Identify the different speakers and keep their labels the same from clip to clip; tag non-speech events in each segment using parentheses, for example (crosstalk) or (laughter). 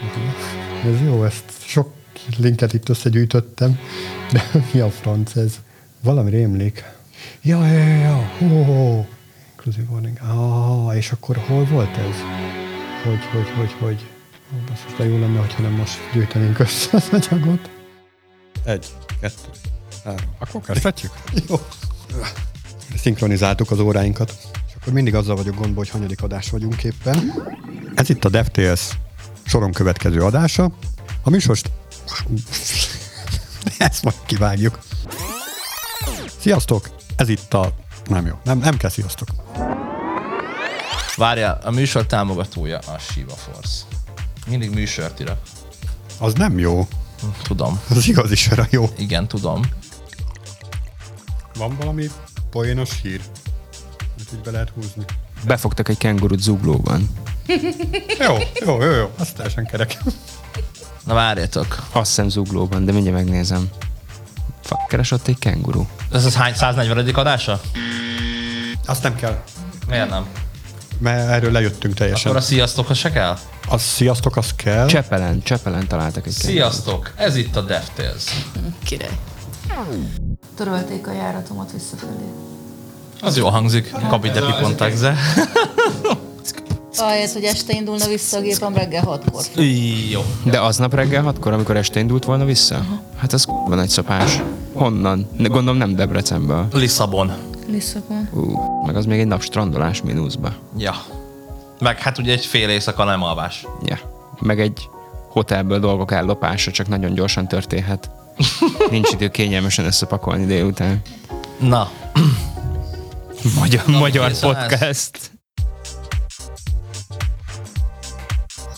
Speaker 1: Mhm. Ez jó, ezt sok linket itt összegyűjtöttem, de (laughs) mi a franc ez? Valami rémlik. Ja, ja, ja, ja. Hó, hó, hó. Inclusive warning. Ah, és akkor hol volt ez? Hogy, hogy, hogy, hogy? Ó, Basszus, de jó lenne, hogyha nem most gyűjtenénk össze az (laughs) anyagot.
Speaker 2: Egy, kettő, három.
Speaker 1: Akkor kezdhetjük? Jó. Szinkronizáltuk az óráinkat. És akkor mindig azzal vagyok gondban, hogy hanyadik adás vagyunk éppen. Ez itt a DevTales soron következő adása. A műsort... (laughs) Ezt majd kivágjuk. Sziasztok! Ez itt a... Nem jó. Nem, nem kell sziasztok.
Speaker 2: Várjál, a műsor támogatója a Shiva Force. Mindig műsort írok.
Speaker 1: Az nem jó.
Speaker 2: Tudom.
Speaker 1: Az igazi sora jó.
Speaker 2: Igen, tudom.
Speaker 1: Van valami poénos hír? Amit így be lehet húzni.
Speaker 3: Befogtak egy kengurut zuglóban.
Speaker 1: Jó, jó, jó, jó. Azt teljesen kerek.
Speaker 2: Na várjatok.
Speaker 3: Azt hiszem zuglóban, de mindjárt megnézem. Fuck, keresett egy kenguru.
Speaker 2: Ez az hány 140. adása?
Speaker 1: Azt nem kell.
Speaker 2: Miért nem?
Speaker 1: Mert erről lejöttünk teljesen.
Speaker 2: Akkor a sziasztok, ha se kell?
Speaker 1: A sziasztok, az kell.
Speaker 3: Csepelen, Csepelen találtak egy kengurut.
Speaker 2: Sziasztok, ez itt a DevTales.
Speaker 4: Király. Törölték a járatomat visszafelé.
Speaker 2: Az jó hangzik, kapidepi.exe.
Speaker 4: Ahelyett, hogy este indulna vissza a gépem reggel 6-kor.
Speaker 2: Jó.
Speaker 3: De aznap reggel hatkor, amikor este indult volna vissza? Hát az van egy szopás. Honnan? Ne, gondolom nem Debrecenből.
Speaker 2: Lisszabon.
Speaker 4: Lisszabon.
Speaker 3: Ú, meg az még egy nap strandolás mínuszba.
Speaker 2: Ja. Meg hát ugye egy fél éjszaka nem alvás.
Speaker 3: Ja. Meg egy hotelből dolgok ellopása csak nagyon gyorsan (laughs) történhet. Nincs idő kényelmesen összepakolni délután.
Speaker 2: Na,
Speaker 3: Magyar, magyar
Speaker 2: készen állsz?
Speaker 3: podcast.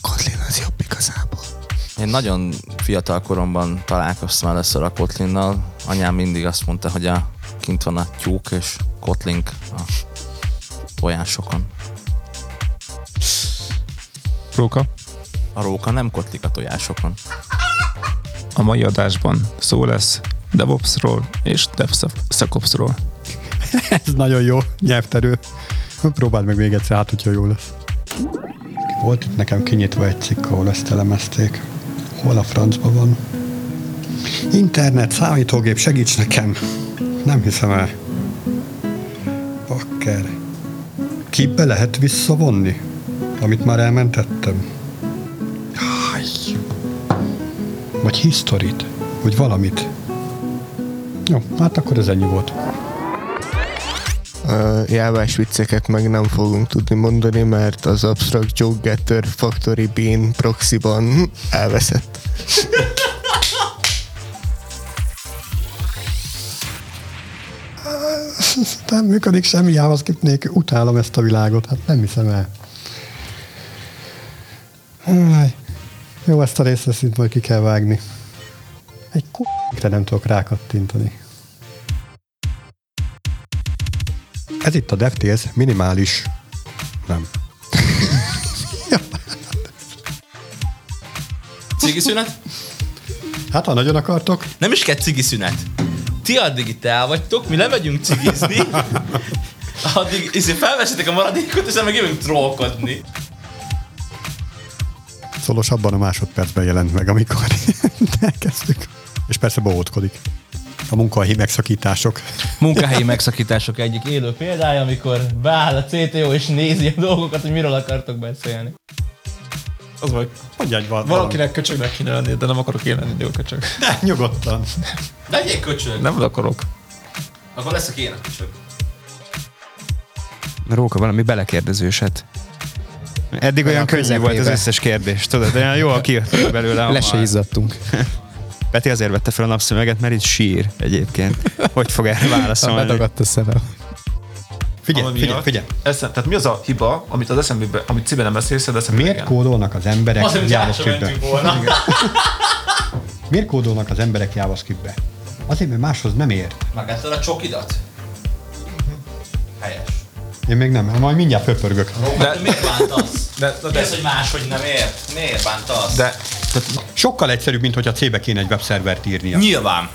Speaker 3: Kotlin az jobb igazából.
Speaker 2: Én nagyon fiatal koromban találkoztam először a Kotlinnal. Anyám mindig azt mondta, hogy a, kint van a tyúk és Kotlink a tojásokon.
Speaker 5: Róka.
Speaker 2: A róka nem kotlik a tojásokon.
Speaker 5: A mai adásban szó lesz DevOpsról és DevSecOpsról.
Speaker 1: Hát, Ez nagyon jó nyelvterő. Próbáld meg még egyszer, hát hogyha jó lesz. Volt itt nekem kinyitva egy cikk, ahol ezt elemezték. Hol a francba van? Internet, számítógép, segíts nekem! Nem hiszem el. Bakker. Ki be lehet visszavonni? Amit már elmentettem. Háj. Vagy historit. Vagy valamit. Jó, hát akkor ez ennyi volt.
Speaker 6: A jávás vicceket meg nem fogunk tudni mondani, mert az Abstract Joke Getter Factory Bean proxyban elveszett.
Speaker 1: (laughs) Nem működik semmi JavaScript nélkül. Utálom ezt a világot, hát nem hiszem el. Háj. Jó, ezt a részt szint majd ki kell vágni. Egy k***re nem tudok rákattintani. Ez itt a DevTales minimális. Nem.
Speaker 2: Cigi szünet?
Speaker 1: Hát, ha nagyon akartok,
Speaker 2: Nem is kell cigi szünet. Ti addig itt el vagytok, mi lemegyünk cigizni. Addig izé felveszitek a maradékot, és meg jövünk trollkodni.
Speaker 1: szolos abban a másodpercben jelent meg, amikor (laughs) elkezdtük. És persze bohótkodik. A munkahelyi megszakítások.
Speaker 2: Munkahelyi megszakítások egyik élő példája, amikor beáll a CTO és nézi a dolgokat, hogy miről akartok beszélni.
Speaker 5: Az vagy.
Speaker 1: Mondj egy val-
Speaker 5: Valakinek köcsögnek kéne lenni, de nem akarok én lenni, de köcsög.
Speaker 1: valamit. Ne, nyugodtan.
Speaker 2: Legyél köcsög!
Speaker 5: Nem akarok.
Speaker 2: Akkor leszek én a köcsög.
Speaker 3: Róka valami belekérdezőset. Eddig olyan könnyű volt az összes kérdés, tudod, olyan jó, aki jött belőle.
Speaker 7: Le se
Speaker 3: hamar.
Speaker 7: izzadtunk.
Speaker 3: (laughs) Peti azért vette fel a napszöveget, mert itt sír egyébként. Hogy fog erre válaszolni?
Speaker 7: Bedagadt a szemem.
Speaker 1: Figyelj,
Speaker 5: Valami
Speaker 1: figyelj,
Speaker 5: miatt.
Speaker 1: figyelj.
Speaker 5: Eszem, tehát mi az a hiba, amit az eszembe, amit cibe nem beszélsz, de eszembe
Speaker 1: Miért
Speaker 5: igen?
Speaker 1: kódolnak az emberek
Speaker 2: Azt mondja, hogy
Speaker 1: JavaScriptbe?
Speaker 2: mentünk volna.
Speaker 1: Miért kódolnak az emberek JavaScriptbe? Azért, mert máshoz nem ért.
Speaker 2: Megetted a csokidat? Helyes.
Speaker 1: Én még nem, majd mindjárt pöpörgök.
Speaker 2: De... Miért bántasz?
Speaker 5: De- de-
Speaker 2: Mi az, hogy máshogy nem ért? Miért bántasz?
Speaker 5: De
Speaker 1: Sokkal egyszerűbb, mint hogy a C-be kéne egy webszervert írnia.
Speaker 2: Nyilván.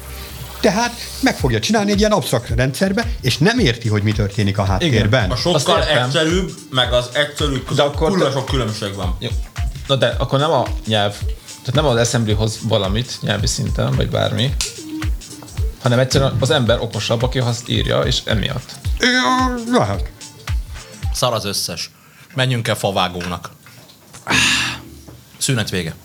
Speaker 1: Tehát meg fogja csinálni egy ilyen absztrakt rendszerbe, és nem érti, hogy mi történik a háttérben.
Speaker 2: A sokkal
Speaker 5: Azt értem.
Speaker 2: egyszerűbb, meg az egyszerűbb
Speaker 5: De
Speaker 2: között
Speaker 5: akkor
Speaker 2: kurva
Speaker 5: te-
Speaker 2: sok különbség van.
Speaker 5: Jó. Na de akkor nem a nyelv Tehát nem az assembly hoz valamit nyelvi szinten, vagy bármi, hanem egyszerűen az ember okosabb, aki azt írja, és emiatt.
Speaker 1: Ja, Lehet.
Speaker 2: Szar az összes. Menjünk el favágónak. Szünet vége.